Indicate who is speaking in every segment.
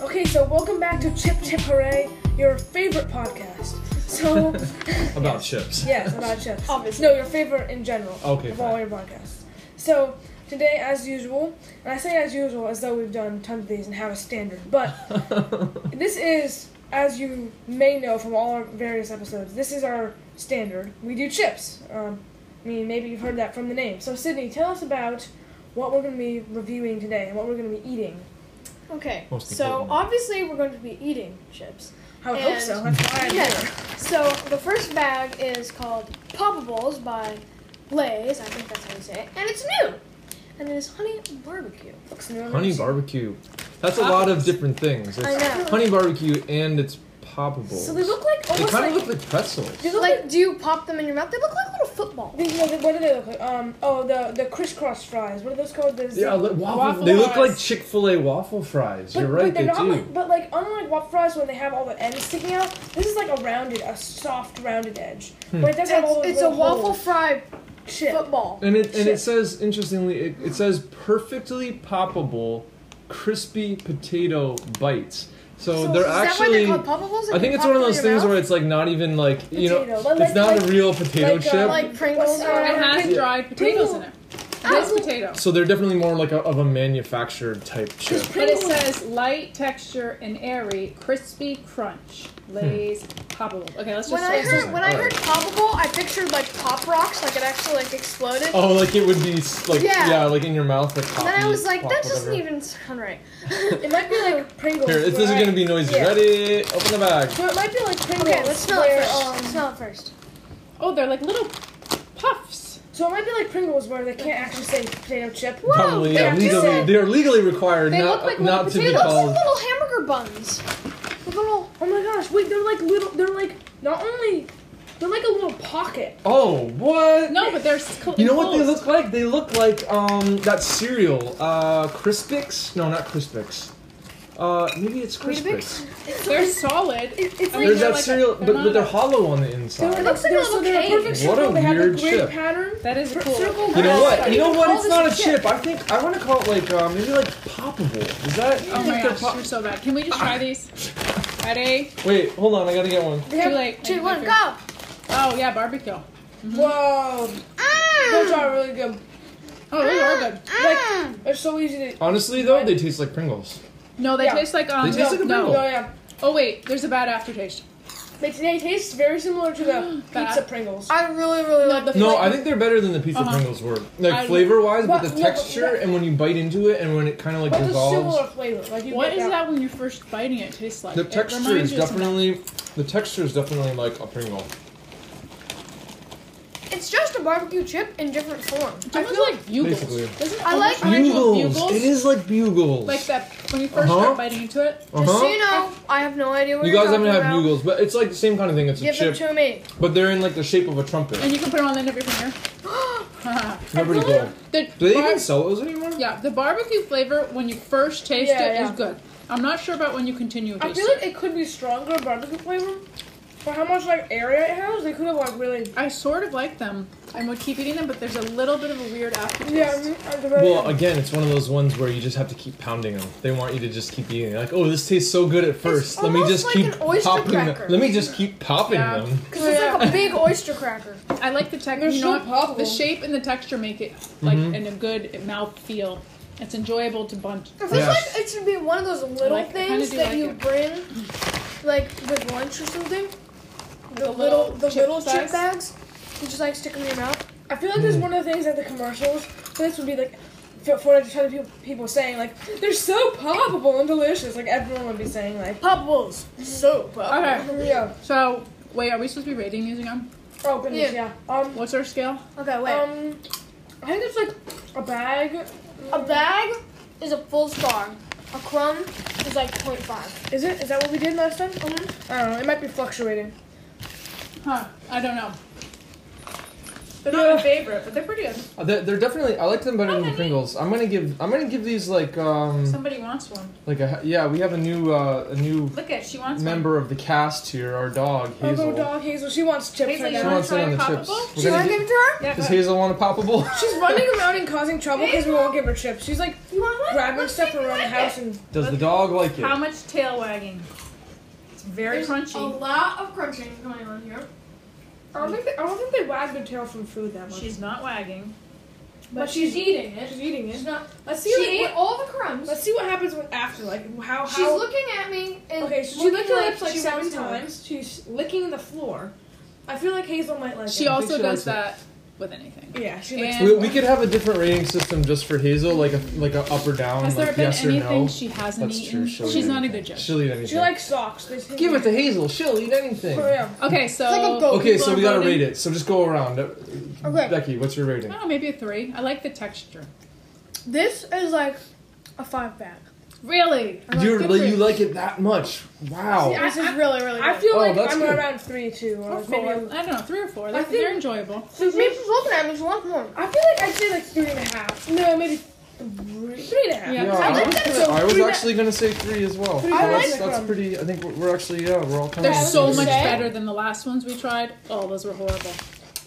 Speaker 1: welcome back to Chip Chip Hooray, your favorite podcast. So,
Speaker 2: About chips.
Speaker 1: yes, about chips.
Speaker 3: Obviously.
Speaker 1: No, your favorite in general.
Speaker 2: Okay,
Speaker 1: Of all
Speaker 2: fine.
Speaker 1: your podcasts. So, today, as usual, and I say as usual as though we've done tons of these and have a standard, but this is, as you may know from all our various episodes, this is our standard. We do chips. Um, I mean, maybe you've heard that from the name. So, Sydney, tell us about what we're going to be reviewing today and what we're going to be eating.
Speaker 3: Okay.
Speaker 2: Most
Speaker 3: so
Speaker 2: importantly.
Speaker 3: obviously we're going to be eating chips.
Speaker 1: I would hope
Speaker 3: And-
Speaker 1: so. That's why I'm here.
Speaker 3: Yeah. So the first bag is called Poppables by Blaze. I think that's how you say it, and it's new. And it is honey barbecue.
Speaker 1: Looks new.
Speaker 2: honey barbecue. That's a lot of different things. It's
Speaker 3: I know.
Speaker 2: honey barbecue and it's poppable.
Speaker 1: So they look like
Speaker 2: They
Speaker 1: almost
Speaker 2: kind of
Speaker 1: like,
Speaker 2: look like pretzels.
Speaker 1: they look like,
Speaker 3: Like, do you pop them in your mouth? They look like little footballs.
Speaker 1: these- what do- what do they look like? Um oh the the crisscross fries. What are those called? The
Speaker 2: Yeah,
Speaker 1: zip-
Speaker 2: li- waffle,
Speaker 1: waffle
Speaker 2: they look
Speaker 1: fries.
Speaker 2: like Chick Fil A waffle fries.
Speaker 1: But,
Speaker 2: You're right,
Speaker 1: but they're
Speaker 2: they
Speaker 1: not
Speaker 2: do.
Speaker 1: Like, but like unlike waffle fries when they have all the ends sticking out, this is like a rounded, a soft rounded edge.
Speaker 2: Hmm.
Speaker 1: But it does have all
Speaker 3: It's,
Speaker 1: those
Speaker 3: it's a
Speaker 1: little
Speaker 3: waffle
Speaker 1: holes.
Speaker 3: fry
Speaker 1: chip.
Speaker 3: football.
Speaker 2: and it and
Speaker 1: Chip.
Speaker 2: it says interestingly, it, it says perfectly poppable, crispy potato bites. So,
Speaker 1: So
Speaker 2: they're
Speaker 1: is
Speaker 3: is
Speaker 2: actually.
Speaker 3: that why they're called Poppables?
Speaker 2: I think it's one of those things where it's like not even like you
Speaker 1: Potato,
Speaker 2: know,
Speaker 1: but like-
Speaker 2: it's not
Speaker 1: like-
Speaker 2: a real potato
Speaker 1: like, uh,
Speaker 2: chip.
Speaker 3: like Pringles or
Speaker 1: What's
Speaker 4: It
Speaker 3: whatever.
Speaker 1: that?
Speaker 4: has
Speaker 2: Yeah.
Speaker 4: dried potatoes in it. This
Speaker 1: Ow.
Speaker 4: potato.
Speaker 2: so they're definitely more like a, of a manufactured type chip.
Speaker 4: But it says light texture and airy, crispy crunch, Lay's poppables. Okay, let's just
Speaker 3: When I
Speaker 4: say
Speaker 3: heard when I
Speaker 2: Alright.
Speaker 3: heard poppable, I pictured like pop rocks, like it actually like exploded.
Speaker 2: Oh, like it would be s- like yeah,
Speaker 3: Yeah.
Speaker 2: like in your mouth. Like
Speaker 3: And then I
Speaker 2: coffee,
Speaker 3: was like,
Speaker 2: pop,
Speaker 3: that doesn't
Speaker 2: whatever.
Speaker 3: even sound right.
Speaker 1: It might be like Pringles.
Speaker 2: Here, it, this is
Speaker 1: where-
Speaker 2: gonna be noisy.
Speaker 1: Yeah.
Speaker 2: Ready? Open the bag.
Speaker 1: So it might be like Pringles.
Speaker 3: Okay, let's smell it
Speaker 1: where,
Speaker 3: first.
Speaker 1: um,
Speaker 3: smell it first.
Speaker 4: Oh, they're like little puffs.
Speaker 1: so it might be like Pringles where they can't actually say potato chip.
Speaker 2: Probably
Speaker 3: they
Speaker 2: yeah.
Speaker 3: just
Speaker 2: Legally,
Speaker 3: said-
Speaker 2: they are legally required
Speaker 4: They
Speaker 2: not
Speaker 4: look like
Speaker 2: not
Speaker 4: little
Speaker 2: to be
Speaker 3: It looks like
Speaker 2: called.
Speaker 3: little hamburger buns. With little.
Speaker 1: Oh my gosh! Wait, they're like little. They're like not only. They're like a little pocket.
Speaker 2: Oh, what?
Speaker 4: No, but they're s-
Speaker 2: You know what they
Speaker 4: enclosed.
Speaker 2: look like? They look like um that cereal, uh, Crispix. No, not Crispix. Uh, maybe it's
Speaker 3: Weetabix?
Speaker 2: Crispix.
Speaker 4: They're solid.
Speaker 1: It- it's
Speaker 4: and
Speaker 1: like-
Speaker 2: There's
Speaker 4: they're
Speaker 2: that
Speaker 4: like a-
Speaker 2: cereal,
Speaker 4: they're
Speaker 2: but,
Speaker 4: not
Speaker 2: but they're
Speaker 4: a-
Speaker 2: hollow on the
Speaker 1: They're,
Speaker 2: inside.
Speaker 3: looks like a
Speaker 1: they're-
Speaker 3: little
Speaker 1: so they're
Speaker 3: cake.
Speaker 1: perfect
Speaker 2: What
Speaker 1: circle.
Speaker 2: a
Speaker 1: they have a
Speaker 2: weird
Speaker 1: great
Speaker 2: chip.
Speaker 1: pattern.
Speaker 4: That is
Speaker 1: Cir-
Speaker 4: cool.
Speaker 1: Circle
Speaker 2: You know
Speaker 1: ground.
Speaker 2: what? You know what?
Speaker 3: call
Speaker 2: It's
Speaker 3: this
Speaker 2: not
Speaker 3: a
Speaker 2: a chip. I think I want to call it like uh, maybe like poppable. Is that? I
Speaker 4: Oh
Speaker 2: think
Speaker 4: my
Speaker 2: they're
Speaker 4: gosh,
Speaker 2: pop-
Speaker 4: we're so bad. Can we just try these? Ready?
Speaker 2: Wait, hold on. I gotta get one.
Speaker 1: They
Speaker 4: Too
Speaker 1: have-
Speaker 4: late.
Speaker 3: Two, one,
Speaker 4: Like,
Speaker 3: go!
Speaker 4: Oh yeah, barbecue. Oh,
Speaker 1: Whoa, those
Speaker 3: Mm,
Speaker 1: are really good.
Speaker 4: Oh, those are good.
Speaker 1: Like
Speaker 3: mm.
Speaker 1: they're so easy to.
Speaker 2: Honestly, though, they taste like Pringles.
Speaker 4: No, they
Speaker 1: Yeah.
Speaker 4: taste like um.
Speaker 2: They taste like a
Speaker 4: no.
Speaker 1: Oh
Speaker 2: Pringle.
Speaker 1: yeah,
Speaker 4: Oh wait, there's a bad aftertaste.
Speaker 1: they, they taste very similar to the
Speaker 4: Bad.
Speaker 1: pizza Pringles.
Speaker 3: I really, really
Speaker 4: No,
Speaker 3: like
Speaker 4: the
Speaker 2: No,
Speaker 4: flavor-
Speaker 2: I think they're better than the pizza
Speaker 4: Uh-huh.
Speaker 2: Pringles were. Like
Speaker 4: I-
Speaker 2: flavor wise, but the
Speaker 1: But- no, but-
Speaker 2: texture and when you bite into it and when it kind of like
Speaker 1: But the
Speaker 2: dissolves,
Speaker 1: similar flavor, like you
Speaker 4: What
Speaker 1: get
Speaker 4: is that when you're first biting it? it tastes like
Speaker 2: the
Speaker 4: It
Speaker 2: texture is
Speaker 4: reminds you of something.
Speaker 2: definitely the texture is definitely like a Pringle.
Speaker 3: It's just a barbecue chip in different form.
Speaker 4: I feel like bugles.
Speaker 2: Basically.
Speaker 4: Doesn't it
Speaker 3: I like
Speaker 4: almost remind you of bugles?
Speaker 2: It is like bugles.
Speaker 4: Like that when you 1st
Speaker 2: Uh-huh.
Speaker 4: start biting into it.
Speaker 2: Uh
Speaker 3: Just so
Speaker 2: huh.
Speaker 3: you know, I have no idea what
Speaker 2: You
Speaker 3: you're
Speaker 2: guys haven't
Speaker 3: talking
Speaker 2: had
Speaker 3: about.
Speaker 2: bugles, but it's like the same kind of thing. It's a
Speaker 3: Give them
Speaker 2: chip,
Speaker 3: to me.
Speaker 2: but they're in like the shape of a trumpet.
Speaker 4: And you can put it on the end of your finger.
Speaker 2: Rubbery
Speaker 1: really-
Speaker 2: gold.
Speaker 4: the
Speaker 2: Do they
Speaker 4: bar-
Speaker 2: even sell those anymore?
Speaker 4: yeah, the barbecue flavor when you first taste
Speaker 1: Yeah,
Speaker 4: it is
Speaker 1: yeah.
Speaker 4: good. I'm not sure about when you continue
Speaker 1: I
Speaker 4: tasting.
Speaker 1: feel like it could be stronger barbecue flavor. For how much like area it has, they could have like really.
Speaker 4: I sort of like them and would keep eating them, but there's a little bit of a weird aftertaste.
Speaker 1: Yeah, I mean, at the very
Speaker 2: Well,
Speaker 1: end.
Speaker 2: again, it's one of those ones where you just have to keep pounding them. They want you to just keep eating. Like, oh, this tastes so good at first. Let me
Speaker 3: almost
Speaker 2: just
Speaker 3: like
Speaker 2: keep
Speaker 3: an oyster
Speaker 2: popping them.
Speaker 3: cracker.
Speaker 2: Let me just keep popping
Speaker 4: Yeah.
Speaker 2: them.
Speaker 3: Because it's like a big oyster cracker.
Speaker 4: I like the texture.
Speaker 1: They're
Speaker 4: You
Speaker 1: so
Speaker 4: know what?
Speaker 1: poppable.
Speaker 4: The shape and the texture make it like
Speaker 2: Mm-hmm.
Speaker 4: and a good mouth feel. It's enjoyable to bunch.
Speaker 3: I feel
Speaker 2: Yeah.
Speaker 3: like it should be one of those little
Speaker 4: like- I kinda
Speaker 3: things
Speaker 4: do
Speaker 3: that
Speaker 4: like
Speaker 3: you
Speaker 4: it.
Speaker 3: bring, like with lunch or something. The
Speaker 4: the
Speaker 3: little,
Speaker 4: little
Speaker 3: the
Speaker 4: chip
Speaker 3: little chip bags.
Speaker 4: bags.
Speaker 3: You just like stick them in your mouth.
Speaker 1: I feel like this is
Speaker 4: Hmm.
Speaker 1: one of the things that the commercials for this would be like for, for the people, people saying like they're so poppable and delicious. Like everyone would be saying like
Speaker 3: Poppables, so poppable.
Speaker 4: Okay,
Speaker 1: yeah.
Speaker 4: so wait, are we supposed to be rating these again?
Speaker 1: Oh goodness, yeah.
Speaker 3: Yeah.
Speaker 1: Um,
Speaker 4: What's our scale?
Speaker 3: Okay, wait.
Speaker 1: um, I think it's like a bag.
Speaker 3: a bag is a full star. A crumb is like 0.5.
Speaker 1: Is it? Is that what we did last time?
Speaker 4: Mm-hmm.
Speaker 1: I don't know. It might be fluctuating.
Speaker 4: Huh? I don't know. They're not my favorite, but they're pretty good.
Speaker 2: Uh, They're, they're definitely. I like them better than the
Speaker 4: Okay.
Speaker 2: Pringles. I'm gonna give. I'm gonna give these like um
Speaker 4: Somebody wants one.
Speaker 2: like a yeah. We have a new uh, a new
Speaker 4: Look at she wants
Speaker 2: member of the cast here. Our dog
Speaker 1: Oh,
Speaker 2: Hazel.
Speaker 1: little dog Hazel. She wants chips
Speaker 4: Hazel,
Speaker 1: right
Speaker 4: you
Speaker 2: She
Speaker 1: now.
Speaker 2: wants it
Speaker 4: Wanna
Speaker 2: on the
Speaker 4: try
Speaker 2: chips.
Speaker 4: poppable?
Speaker 2: We're
Speaker 3: Do you
Speaker 2: gonna
Speaker 3: want to
Speaker 2: do-
Speaker 3: give it to her?
Speaker 4: one. Yeah, go
Speaker 2: Does
Speaker 4: ahead.
Speaker 2: Hazel want a poppable?
Speaker 1: She's running around and causing trouble because we won't give her chips. She's like,
Speaker 3: You want
Speaker 1: grabbing stuff around the house and
Speaker 2: Does the dog like it?
Speaker 4: How much tail wagging? It's very
Speaker 3: There's A
Speaker 4: crunchy.
Speaker 3: lot of crunching going on here.
Speaker 1: I don't think they, I don't think they wag their tail from food that much.
Speaker 4: She's not wagging.
Speaker 3: But, she's eating
Speaker 1: She's
Speaker 3: it.
Speaker 1: eating
Speaker 3: She's
Speaker 1: it.
Speaker 3: not.
Speaker 1: Let's see.
Speaker 3: She
Speaker 1: like,
Speaker 3: ate all the crumbs.
Speaker 1: what, let's see what happens with after. Like how
Speaker 3: She's
Speaker 1: how.
Speaker 3: looking at me and
Speaker 1: okay, so she
Speaker 3: looking
Speaker 1: licked her lips like
Speaker 3: she
Speaker 1: seven
Speaker 3: wants more.
Speaker 1: times. She's licking the floor. I feel like Hazel might like.
Speaker 4: She
Speaker 1: it.
Speaker 4: also
Speaker 2: she
Speaker 4: does
Speaker 2: likes it.
Speaker 4: that with anything.
Speaker 1: Yeah, she licks.
Speaker 4: And-
Speaker 2: we, we could have a different rating system just for Hazel, like a like a up or down,
Speaker 4: Has
Speaker 2: like
Speaker 4: there been
Speaker 2: yes or
Speaker 4: anything
Speaker 2: no.
Speaker 4: she hasn't
Speaker 2: That's
Speaker 4: eaten?
Speaker 2: true. She'll
Speaker 4: She's
Speaker 2: eat
Speaker 4: not a
Speaker 2: anything.
Speaker 4: good judge.
Speaker 2: She'll eat anything.
Speaker 1: She likes socks. They seem-
Speaker 2: Give it to Hazel. She'll eat anything.
Speaker 1: Oh, yeah.
Speaker 4: Okay, so
Speaker 3: It's like a goat.
Speaker 2: Okay, so we gotta
Speaker 4: Logan-
Speaker 2: rate it. So just go around. Uh,
Speaker 3: Okay.
Speaker 2: Becky, what's your
Speaker 4: I
Speaker 2: rating?
Speaker 4: don't know, oh, maybe a three. I like the texture.
Speaker 3: This is like a five bag.
Speaker 4: Really?
Speaker 3: I like
Speaker 2: You're,
Speaker 3: good
Speaker 2: like, you
Speaker 3: things.
Speaker 2: like it that much? Wow.
Speaker 1: See, I-
Speaker 3: This is really really
Speaker 1: I
Speaker 3: good.
Speaker 1: feel
Speaker 2: Oh,
Speaker 1: like
Speaker 2: that's
Speaker 1: I'm
Speaker 2: good.
Speaker 1: around three too, or
Speaker 4: Or
Speaker 1: maybe.
Speaker 4: four. I
Speaker 1: a-
Speaker 4: don't know, three or four.
Speaker 1: I
Speaker 4: They're,
Speaker 1: think-
Speaker 4: they're enjoyable.
Speaker 1: So maybe,
Speaker 3: She's looking at me. She wants more.
Speaker 1: I feel like I'd say like three and a half. No, maybe three, three and a half.
Speaker 4: Yeah.
Speaker 3: I
Speaker 2: I
Speaker 3: like
Speaker 2: was,
Speaker 3: that.
Speaker 2: gonna- I was
Speaker 1: Three-
Speaker 2: actually gonna say three as well.
Speaker 1: Three
Speaker 2: that's,
Speaker 1: like
Speaker 2: that's
Speaker 1: them.
Speaker 2: pretty. I think we're, we're actually yeah, we're all kind
Speaker 4: They're
Speaker 2: of.
Speaker 4: so much
Speaker 3: say-
Speaker 4: better than the last ones we tried. Oh, those were horrible.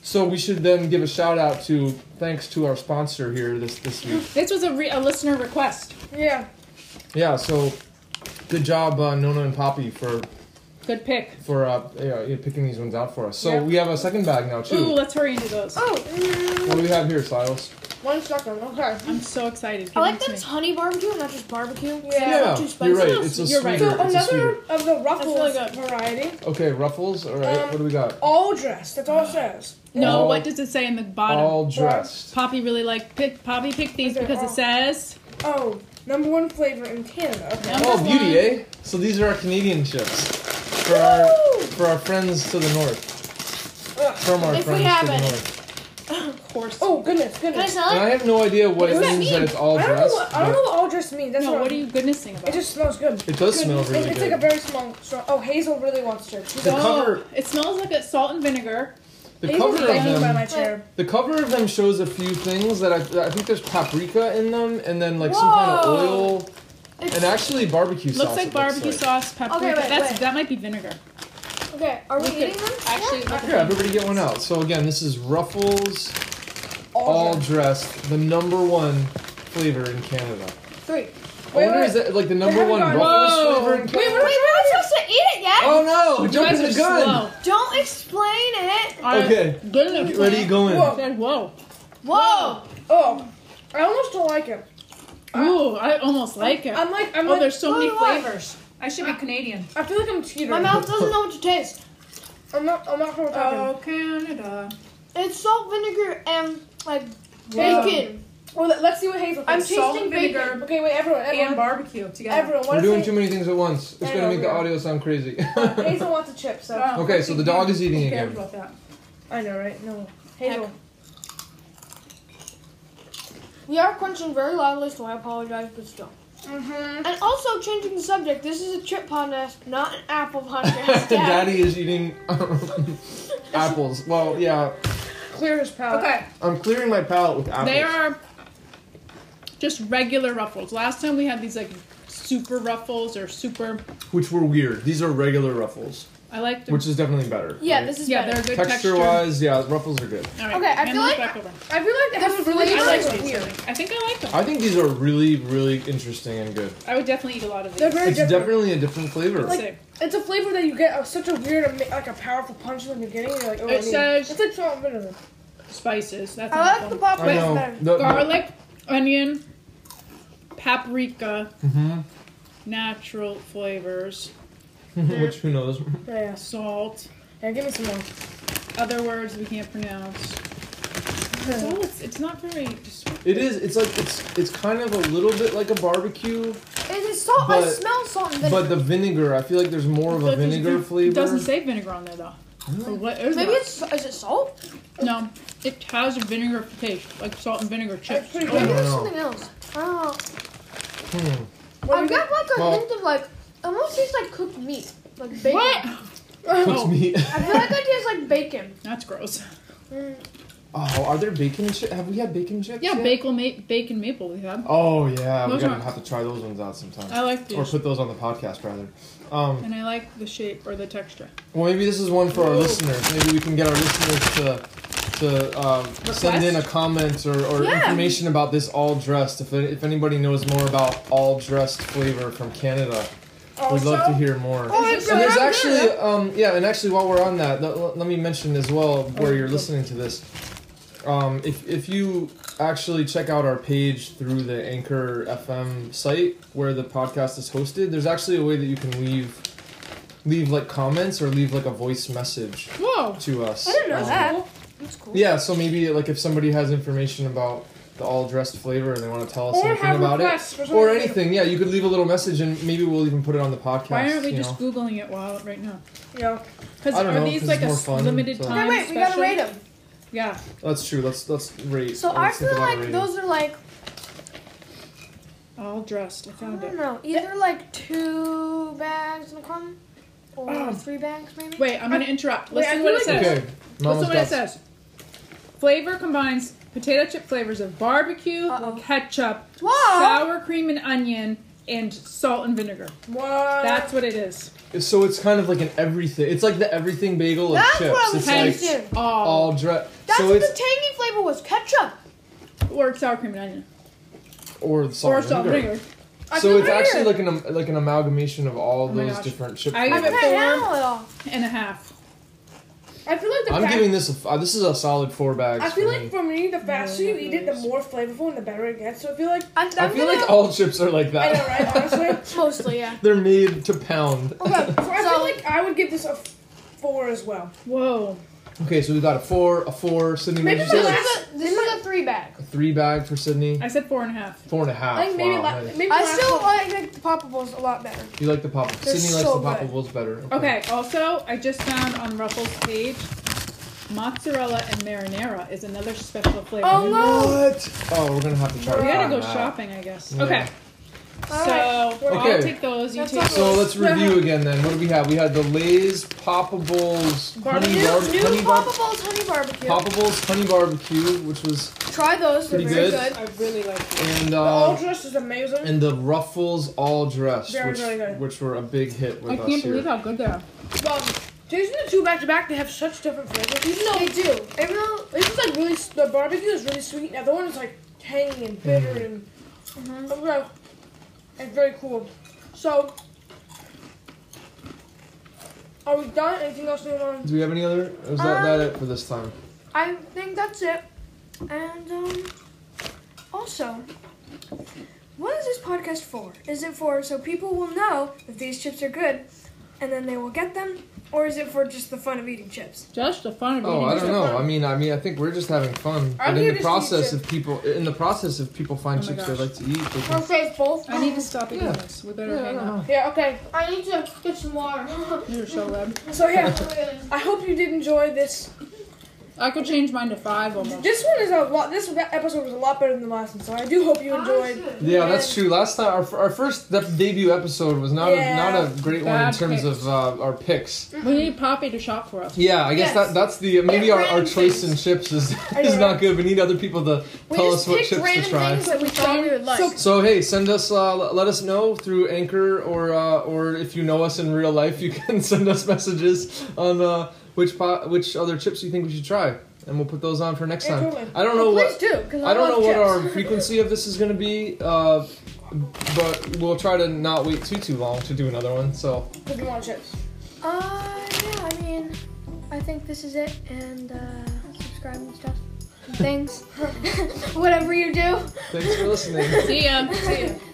Speaker 2: So we should then give a shout out to thanks to our sponsor here this this week.
Speaker 4: This was a, re- a listener request.
Speaker 1: Yeah.
Speaker 2: Yeah. So good job, uh, Nona and Poppy for
Speaker 4: Good pick.
Speaker 2: for uh, yeah, yeah, picking these ones out for us. So
Speaker 1: Yeah.
Speaker 2: we have a second bag now too.
Speaker 4: Ooh, let's hurry into those.
Speaker 1: Oh, mm,
Speaker 2: What do we have here, Silas?
Speaker 1: one second. Okay.
Speaker 4: I'm so excited. Give
Speaker 3: I like
Speaker 4: them to
Speaker 3: that it's honey barbecue, not just barbecue.
Speaker 1: Yeah,
Speaker 2: Yeah,
Speaker 3: too
Speaker 2: you're
Speaker 3: spicy.
Speaker 2: right. It's a sweeter.
Speaker 4: You're right.
Speaker 1: So
Speaker 2: It's a
Speaker 1: another
Speaker 2: sweeter.
Speaker 1: of the ruffles
Speaker 3: really good.
Speaker 1: variety,
Speaker 2: Okay, ruffles. All right.
Speaker 1: Um,
Speaker 2: what do we got?
Speaker 1: all dressed. That's all it says.
Speaker 4: me. No,
Speaker 2: all-
Speaker 4: what does it say in the bottom?
Speaker 2: All dressed.
Speaker 4: Poppy really liked pick. Poppy picked these
Speaker 1: Okay,
Speaker 4: because it
Speaker 1: oh.
Speaker 4: says
Speaker 1: Oh, number one flavor in Canada. Okay.
Speaker 4: Number
Speaker 2: Oh, beauty,
Speaker 4: one.
Speaker 2: eh? So these are our Canadian chips for our for our friends to the north.
Speaker 1: Ugh.
Speaker 2: From our
Speaker 3: If we
Speaker 2: friends
Speaker 3: have
Speaker 2: to the
Speaker 3: it.
Speaker 2: north.
Speaker 4: horse.
Speaker 1: Oh goodness,
Speaker 3: Can I
Speaker 1: goodness.
Speaker 3: sell
Speaker 2: And
Speaker 3: it?
Speaker 2: I have no idea what,
Speaker 1: does
Speaker 2: it
Speaker 1: that
Speaker 2: means that
Speaker 1: mean?
Speaker 2: it's all
Speaker 1: I don't know
Speaker 2: dressed.
Speaker 1: what I don't know
Speaker 2: but
Speaker 1: what all dressed means. That's
Speaker 4: no,
Speaker 1: what,
Speaker 4: what are you goodnessing about?
Speaker 1: It just smells good.
Speaker 2: It does smell
Speaker 1: Goodness.
Speaker 2: really
Speaker 1: It's, it's
Speaker 2: good.
Speaker 1: like a very small. Strong, oh, Hazel really wants chips. She's
Speaker 2: The
Speaker 1: like,
Speaker 4: Oh,
Speaker 2: cover-
Speaker 4: It smells like a salt and vinegar.
Speaker 2: the
Speaker 1: Hazel's
Speaker 2: cover of
Speaker 1: banging by my
Speaker 2: them.
Speaker 1: chair.
Speaker 2: The cover of them shows a few things that I, I think there's paprika in them, and then like some kind of
Speaker 3: Whoa.
Speaker 2: oil, and actually barbecue sauce.
Speaker 4: looks like
Speaker 2: it
Speaker 4: barbecue
Speaker 2: like.
Speaker 4: sauce, paprika.
Speaker 3: wait,
Speaker 4: That's
Speaker 3: wait.
Speaker 4: that might be vinegar.
Speaker 3: Okay, are we
Speaker 4: Look at-
Speaker 3: eating them?
Speaker 4: Actually, look
Speaker 2: Here, everybody get one out. So again, this is Ruffles
Speaker 1: All
Speaker 2: All
Speaker 1: dressed.
Speaker 2: Dressed, the number one flavor in Canada.
Speaker 3: Three.
Speaker 2: I
Speaker 1: Wait,
Speaker 2: wonder
Speaker 1: wait.
Speaker 2: is that like the number
Speaker 1: haven't
Speaker 2: one
Speaker 1: gone-
Speaker 2: Ruffles
Speaker 4: Whoa.
Speaker 2: flavor in Canada?
Speaker 3: Wait, we're not supposed to eat it yet.
Speaker 2: Oh no!
Speaker 4: You
Speaker 2: Jump
Speaker 4: guys
Speaker 2: in
Speaker 4: are
Speaker 2: the gun.
Speaker 4: slow.
Speaker 3: Don't explain it.
Speaker 4: I-
Speaker 2: Okay.
Speaker 4: Good enough.
Speaker 2: Where do you go in?
Speaker 1: Whoa.
Speaker 4: Said, Whoa.
Speaker 3: Whoa.
Speaker 1: Oh, I almost don't like it.
Speaker 4: Ooh, I almost like it.
Speaker 1: I'm like I'm
Speaker 4: oh,
Speaker 1: like
Speaker 4: there's so
Speaker 3: What
Speaker 4: many
Speaker 3: do you want?
Speaker 4: flavors. I should be Canadian.
Speaker 1: I feel like I'm cheating.
Speaker 3: My mouth doesn't know what to taste.
Speaker 1: I'm not. I'm not sure what's happening.
Speaker 4: Oh, Canada.
Speaker 3: It's salt, vinegar, and like
Speaker 1: Whoa.
Speaker 3: bacon.
Speaker 1: Well, let- let's see what Hazel.
Speaker 4: I'm
Speaker 1: thinks.
Speaker 4: salt and vinegar
Speaker 1: Okay, wait, everyone, everyone,
Speaker 4: and barbecue together.
Speaker 1: everyone. What
Speaker 2: We're
Speaker 1: if
Speaker 2: doing
Speaker 1: Ha-
Speaker 2: too many things at once. It's
Speaker 1: I
Speaker 2: gonna
Speaker 1: know,
Speaker 2: make
Speaker 1: we
Speaker 2: the
Speaker 1: are.
Speaker 2: audio sound crazy.
Speaker 1: Hazel wants a chip, so
Speaker 4: Wow.
Speaker 2: Okay, so the dog is eating
Speaker 4: Oh. Who cares
Speaker 2: again.
Speaker 4: about that?
Speaker 1: I know, right? No, Hazel.
Speaker 3: We are crunching very loudly, so I apologize, but still.
Speaker 1: Mm-hmm.
Speaker 3: And also changing the subject. This is a chip podcast, not an apple podcast.
Speaker 2: Daddy is eating um, apples. Well, yeah,
Speaker 1: Clear his palate.
Speaker 4: Okay,
Speaker 2: I'm clearing my palate with apples.
Speaker 4: they are just regular ruffles. Last time we had these like super ruffles or super.
Speaker 2: which were weird. These are regular ruffles,
Speaker 4: I liked them.
Speaker 2: which is definitely better.
Speaker 3: Yeah,
Speaker 2: right?
Speaker 3: this is
Speaker 4: yeah,
Speaker 3: better.
Speaker 4: they're a good texture.
Speaker 2: texture wise, yeah, ruffles are good.
Speaker 4: All right,
Speaker 3: Okay, I
Speaker 4: hand
Speaker 3: feel
Speaker 4: those
Speaker 3: like-
Speaker 4: back over.
Speaker 1: I feel like
Speaker 3: The
Speaker 1: the really
Speaker 3: flavor
Speaker 4: I like
Speaker 3: these are
Speaker 4: these.
Speaker 1: weird.
Speaker 4: I think I like them.
Speaker 2: I think these are really, really interesting and good.
Speaker 4: I would definitely eat a lot of these.
Speaker 1: They're very
Speaker 2: It's
Speaker 1: different.
Speaker 2: definitely a different flavor.
Speaker 4: Let's see.
Speaker 1: It's a flavor that you get of such a weird, ama- like a powerful punch in the beginning. You're like, oh, I
Speaker 4: It
Speaker 1: need-
Speaker 4: says-
Speaker 1: it's like salt and vinegar.
Speaker 4: spices. That's
Speaker 3: I like
Speaker 4: not
Speaker 3: the
Speaker 4: them.
Speaker 2: I
Speaker 3: popcorn
Speaker 2: know.
Speaker 3: better.
Speaker 2: The- the-
Speaker 4: garlic, onion, paprika,
Speaker 2: Mhm.
Speaker 4: natural flavors,
Speaker 2: Which who knows?
Speaker 1: Yeah,
Speaker 4: salt.
Speaker 1: yeah. Give me some more.
Speaker 4: Other words we can't pronounce. So it's, it's not very. Just,
Speaker 2: It is. It's like it's it's kind of a little bit like a barbecue,
Speaker 3: It is salt. I
Speaker 2: But-
Speaker 3: smell salt and
Speaker 2: but the
Speaker 3: vinegar.
Speaker 2: vinegar. I feel like there's more of a vinegar flavor.
Speaker 4: It doesn't say vinegar on there though. Or what is
Speaker 3: Maybe
Speaker 4: it?
Speaker 3: it's is it salt?
Speaker 4: No, it has a vinegar taste, like salt and vinegar chips. Oh,
Speaker 1: It's pretty good.
Speaker 3: Maybe
Speaker 2: don't
Speaker 3: there's
Speaker 2: know.
Speaker 3: something else. I don't know.
Speaker 1: What
Speaker 2: Hmm.
Speaker 1: do
Speaker 3: I
Speaker 1: you
Speaker 3: got like a
Speaker 2: Well-
Speaker 3: hint of like almost tastes like cooked meat, like bacon.
Speaker 4: What?
Speaker 1: think?
Speaker 2: Cooked meat.
Speaker 3: I feel like I taste like bacon.
Speaker 4: That's gross.
Speaker 2: Oh, are there bacon chips? Have we had bacon chips?
Speaker 4: Yeah,
Speaker 2: yet?
Speaker 4: bacon, ma- bacon maple we had.
Speaker 2: Oh yeah, we're
Speaker 4: Those
Speaker 2: gonna
Speaker 4: are-
Speaker 2: have to try those ones out sometime,
Speaker 4: I like
Speaker 2: or
Speaker 4: these,
Speaker 2: put those on the podcast rather. Um,
Speaker 4: and I like the shape or the texture.
Speaker 2: well, maybe this is one for our
Speaker 4: Whoa.
Speaker 2: listeners. Maybe we can get our listeners to to um, send in a comment or, or
Speaker 3: Yeah.
Speaker 2: information about this all dressed. If, if anybody knows more about all dressed flavor from Canada, we'd love to hear more.
Speaker 1: Oh, it's
Speaker 2: And there's
Speaker 1: good.
Speaker 2: actually, um, yeah, and actually, while we're on that, let, let- let me mention as well where you're listening to this. Um, if if you actually check out our page through the Anchor FM site where the podcast is hosted, there's actually a way that you can leave leave like comments or leave like a voice message
Speaker 4: Whoa.
Speaker 2: to us.
Speaker 3: I didn't know
Speaker 2: Um,
Speaker 3: that. That's cool.
Speaker 2: Yeah, so maybe like if somebody has information about the all dressed flavor and they want to tell us
Speaker 1: Or
Speaker 2: anything
Speaker 1: have
Speaker 2: about it.
Speaker 1: requests for something.
Speaker 2: Or anything, yeah, you could leave a little message and maybe we'll even put it on the podcast.
Speaker 4: Why aren't we
Speaker 2: you
Speaker 4: just
Speaker 2: know?
Speaker 4: googling it while right now?
Speaker 1: Yeah.
Speaker 4: Because
Speaker 2: I
Speaker 4: are
Speaker 2: don't know,
Speaker 4: these
Speaker 2: 'cause
Speaker 4: like
Speaker 2: it's
Speaker 4: a
Speaker 2: more
Speaker 4: s-
Speaker 2: fun,
Speaker 4: limited
Speaker 2: so-
Speaker 4: time?
Speaker 3: Wait, wait, we gotta
Speaker 4: special?
Speaker 3: rate them.
Speaker 4: Yeah.
Speaker 2: That's true. Let's let's rate.
Speaker 3: So I
Speaker 2: let's think
Speaker 3: feel
Speaker 2: about
Speaker 3: like
Speaker 2: rating.
Speaker 3: those are like
Speaker 4: All dressed. I
Speaker 3: I
Speaker 4: found
Speaker 3: don't
Speaker 4: it.
Speaker 3: know, either like two bags in a crumb or
Speaker 4: Oh.
Speaker 3: three bags maybe.
Speaker 4: Wait, I'm gonna interrupt.
Speaker 1: Wait, I
Speaker 4: Listen to what it
Speaker 1: feel like
Speaker 4: says.
Speaker 2: Okay, mama's
Speaker 4: Listen to what
Speaker 2: got
Speaker 4: it says. Flavor combines potato chip flavors of barbecue,
Speaker 3: Uh-oh.
Speaker 4: ketchup,
Speaker 3: Whoa.
Speaker 4: sour cream and onion, and salt and vinegar.
Speaker 1: What?
Speaker 4: That's what it is.
Speaker 2: So it's kind of like an everything. It's like the everything bagel of
Speaker 3: That's
Speaker 2: chips.
Speaker 3: what I was
Speaker 2: it's
Speaker 3: saying
Speaker 2: like
Speaker 3: too. That's
Speaker 4: All
Speaker 2: all dress. So
Speaker 3: what the
Speaker 2: it's
Speaker 3: tangy flavor was, ketchup.
Speaker 4: or sour cream and onion.
Speaker 2: or salt
Speaker 4: or
Speaker 2: and
Speaker 4: salt and
Speaker 2: vinegar.
Speaker 4: vinegar.
Speaker 1: I
Speaker 2: So
Speaker 1: feel
Speaker 2: it's
Speaker 1: weird.
Speaker 2: actually like an am- like an amalgamation of all
Speaker 4: Oh my
Speaker 2: those
Speaker 4: gosh.
Speaker 2: different chip.
Speaker 4: I
Speaker 3: I
Speaker 4: give
Speaker 2: flavors.
Speaker 4: it
Speaker 3: can't handle it all.
Speaker 4: And a half.
Speaker 1: I feel like the
Speaker 2: I'm
Speaker 1: fa-
Speaker 2: giving this a f- uh, this is a solid four bags.
Speaker 1: I feel
Speaker 2: for
Speaker 1: like
Speaker 2: me.
Speaker 1: for me, the faster you eat it, the
Speaker 4: Yes.
Speaker 1: more flavorful and the better it gets. So I feel like
Speaker 3: I'm,
Speaker 2: I
Speaker 3: I'm
Speaker 2: feel
Speaker 3: gonna,
Speaker 2: like all chips are like
Speaker 1: I
Speaker 2: that.
Speaker 1: know, right? Honestly,
Speaker 3: mostly yeah.
Speaker 2: They're made to pound.
Speaker 1: okay. So I
Speaker 3: So-
Speaker 1: feel like I would give this a f- four as well.
Speaker 4: Whoa.
Speaker 2: Okay, so we got a four, a four. Sydney, what
Speaker 1: Maybe
Speaker 2: did
Speaker 1: the
Speaker 2: you say?
Speaker 1: last-
Speaker 2: Like
Speaker 3: This is a, this is a three bag.
Speaker 2: a three bag for Sydney.
Speaker 4: I said four and a half.
Speaker 2: Four and a half.
Speaker 1: I think maybe
Speaker 2: wow,
Speaker 1: la-
Speaker 2: nice.
Speaker 1: maybe
Speaker 3: I
Speaker 1: last
Speaker 3: still
Speaker 1: one.
Speaker 3: like the poppables a lot better.
Speaker 2: You like the pop.
Speaker 3: They're
Speaker 2: Sydney likes
Speaker 3: so
Speaker 2: the
Speaker 3: good.
Speaker 2: poppables better.
Speaker 4: Okay, also I just found on Ruffles page mozzarella and marinara is another special flavor.
Speaker 3: Oh, no.
Speaker 2: What? Oh, we're gonna have to try.
Speaker 4: We
Speaker 2: to
Speaker 4: gotta
Speaker 2: find
Speaker 4: go
Speaker 2: that.
Speaker 4: shopping, I guess.
Speaker 2: Yeah.
Speaker 4: Okay.
Speaker 3: All right.
Speaker 4: So
Speaker 2: Okay.
Speaker 4: I'll take those, you
Speaker 3: That's
Speaker 4: take
Speaker 3: not-
Speaker 2: So let's
Speaker 4: Yeah.
Speaker 2: review again then. What do we have? We had the Lay's Poppables
Speaker 1: Barbecue?
Speaker 2: honey bar-
Speaker 3: New
Speaker 2: honey bar-
Speaker 3: poppables honey barbecue.
Speaker 2: Poppables honey barbecue, which was
Speaker 3: Try those. They're
Speaker 2: Pretty
Speaker 3: very
Speaker 2: good.
Speaker 3: good.
Speaker 4: I really like these.
Speaker 2: and
Speaker 1: the all
Speaker 2: uh,
Speaker 1: dressed is amazing.
Speaker 2: and the Ruffles all dressed,
Speaker 1: Very,
Speaker 2: which
Speaker 1: very good.
Speaker 2: which were a big hit with
Speaker 4: I
Speaker 2: us
Speaker 4: can't
Speaker 2: here.
Speaker 4: believe how good they are.
Speaker 1: um, tasting the two back to back, they have such different flavors. Even though
Speaker 3: They do.
Speaker 1: even though this is like really s- the barbecue is really sweet, and the other one is like tangy and bitter and it's like it's very cool. So are we done? Anything else going on?
Speaker 2: Do we have any other? Or is that,
Speaker 3: Um,
Speaker 2: that it for this time?
Speaker 3: I think that's it. And um, also, what is this podcast for? Is it for so people will know if these chips are good, and then they will get them, or is it for just the fun of eating chips?
Speaker 4: Just the fun of
Speaker 2: Oh,
Speaker 4: eating
Speaker 2: I
Speaker 4: these.
Speaker 2: don't know. I mean, I mean, I think we're just having fun.
Speaker 1: I'm
Speaker 2: But in
Speaker 1: here
Speaker 2: the
Speaker 1: to
Speaker 2: process,
Speaker 1: teach it.
Speaker 2: if people in the process, if people find
Speaker 4: Oh my
Speaker 2: chips they
Speaker 4: gosh.
Speaker 2: like to eat, they can
Speaker 1: I'll say it's both.
Speaker 4: I need to stop eating
Speaker 2: Yeah.
Speaker 4: this. We better hang up.
Speaker 1: Yeah, okay.
Speaker 3: I need to get some water.
Speaker 4: You're so loud.
Speaker 1: So yeah, I hope you did enjoy this.
Speaker 4: I could change mine to five almost.
Speaker 1: This one is a lot. This episode was a lot better than the last one, so I do
Speaker 3: Oh,
Speaker 1: hope you enjoyed.
Speaker 2: Yeah,
Speaker 1: And-
Speaker 2: that's true. Last time, our, our first de- debut episode was not
Speaker 1: Yeah.
Speaker 2: a, not a great one in
Speaker 4: Bad
Speaker 2: terms
Speaker 4: picks.
Speaker 2: of uh, our picks.
Speaker 4: We need Poppy to shop for us.
Speaker 2: Yeah, I guess
Speaker 3: Yes.
Speaker 2: that that's the uh, maybe our, our
Speaker 3: random
Speaker 2: choice
Speaker 3: things.
Speaker 2: in chips is
Speaker 1: I know,
Speaker 2: is not
Speaker 1: right?
Speaker 2: good. We need other people to
Speaker 3: We
Speaker 2: tell us
Speaker 3: just
Speaker 2: what
Speaker 3: picked
Speaker 2: chips to
Speaker 3: random
Speaker 2: try.
Speaker 3: things that we thought we would like.
Speaker 1: So-
Speaker 2: So hey, send us uh, l- let us know through Anchor or uh, or if you know us in real life, you can send us messages on uh, which po- which other chips you think we should try, and we'll put those on for next
Speaker 1: Yeah,
Speaker 2: time.
Speaker 1: totally.
Speaker 2: I don't know what
Speaker 3: Please do, because
Speaker 2: I don't know what
Speaker 3: love chips.
Speaker 2: our frequency of this is going to be, uh, but we'll try to not wait too too long to do another one. So
Speaker 1: If you want chips.
Speaker 3: Uh, yeah, I mean, I think this is it, and uh, subscribe and stuff. Thanks. Whatever you do.
Speaker 2: thanks for listening.
Speaker 4: See ya. See ya.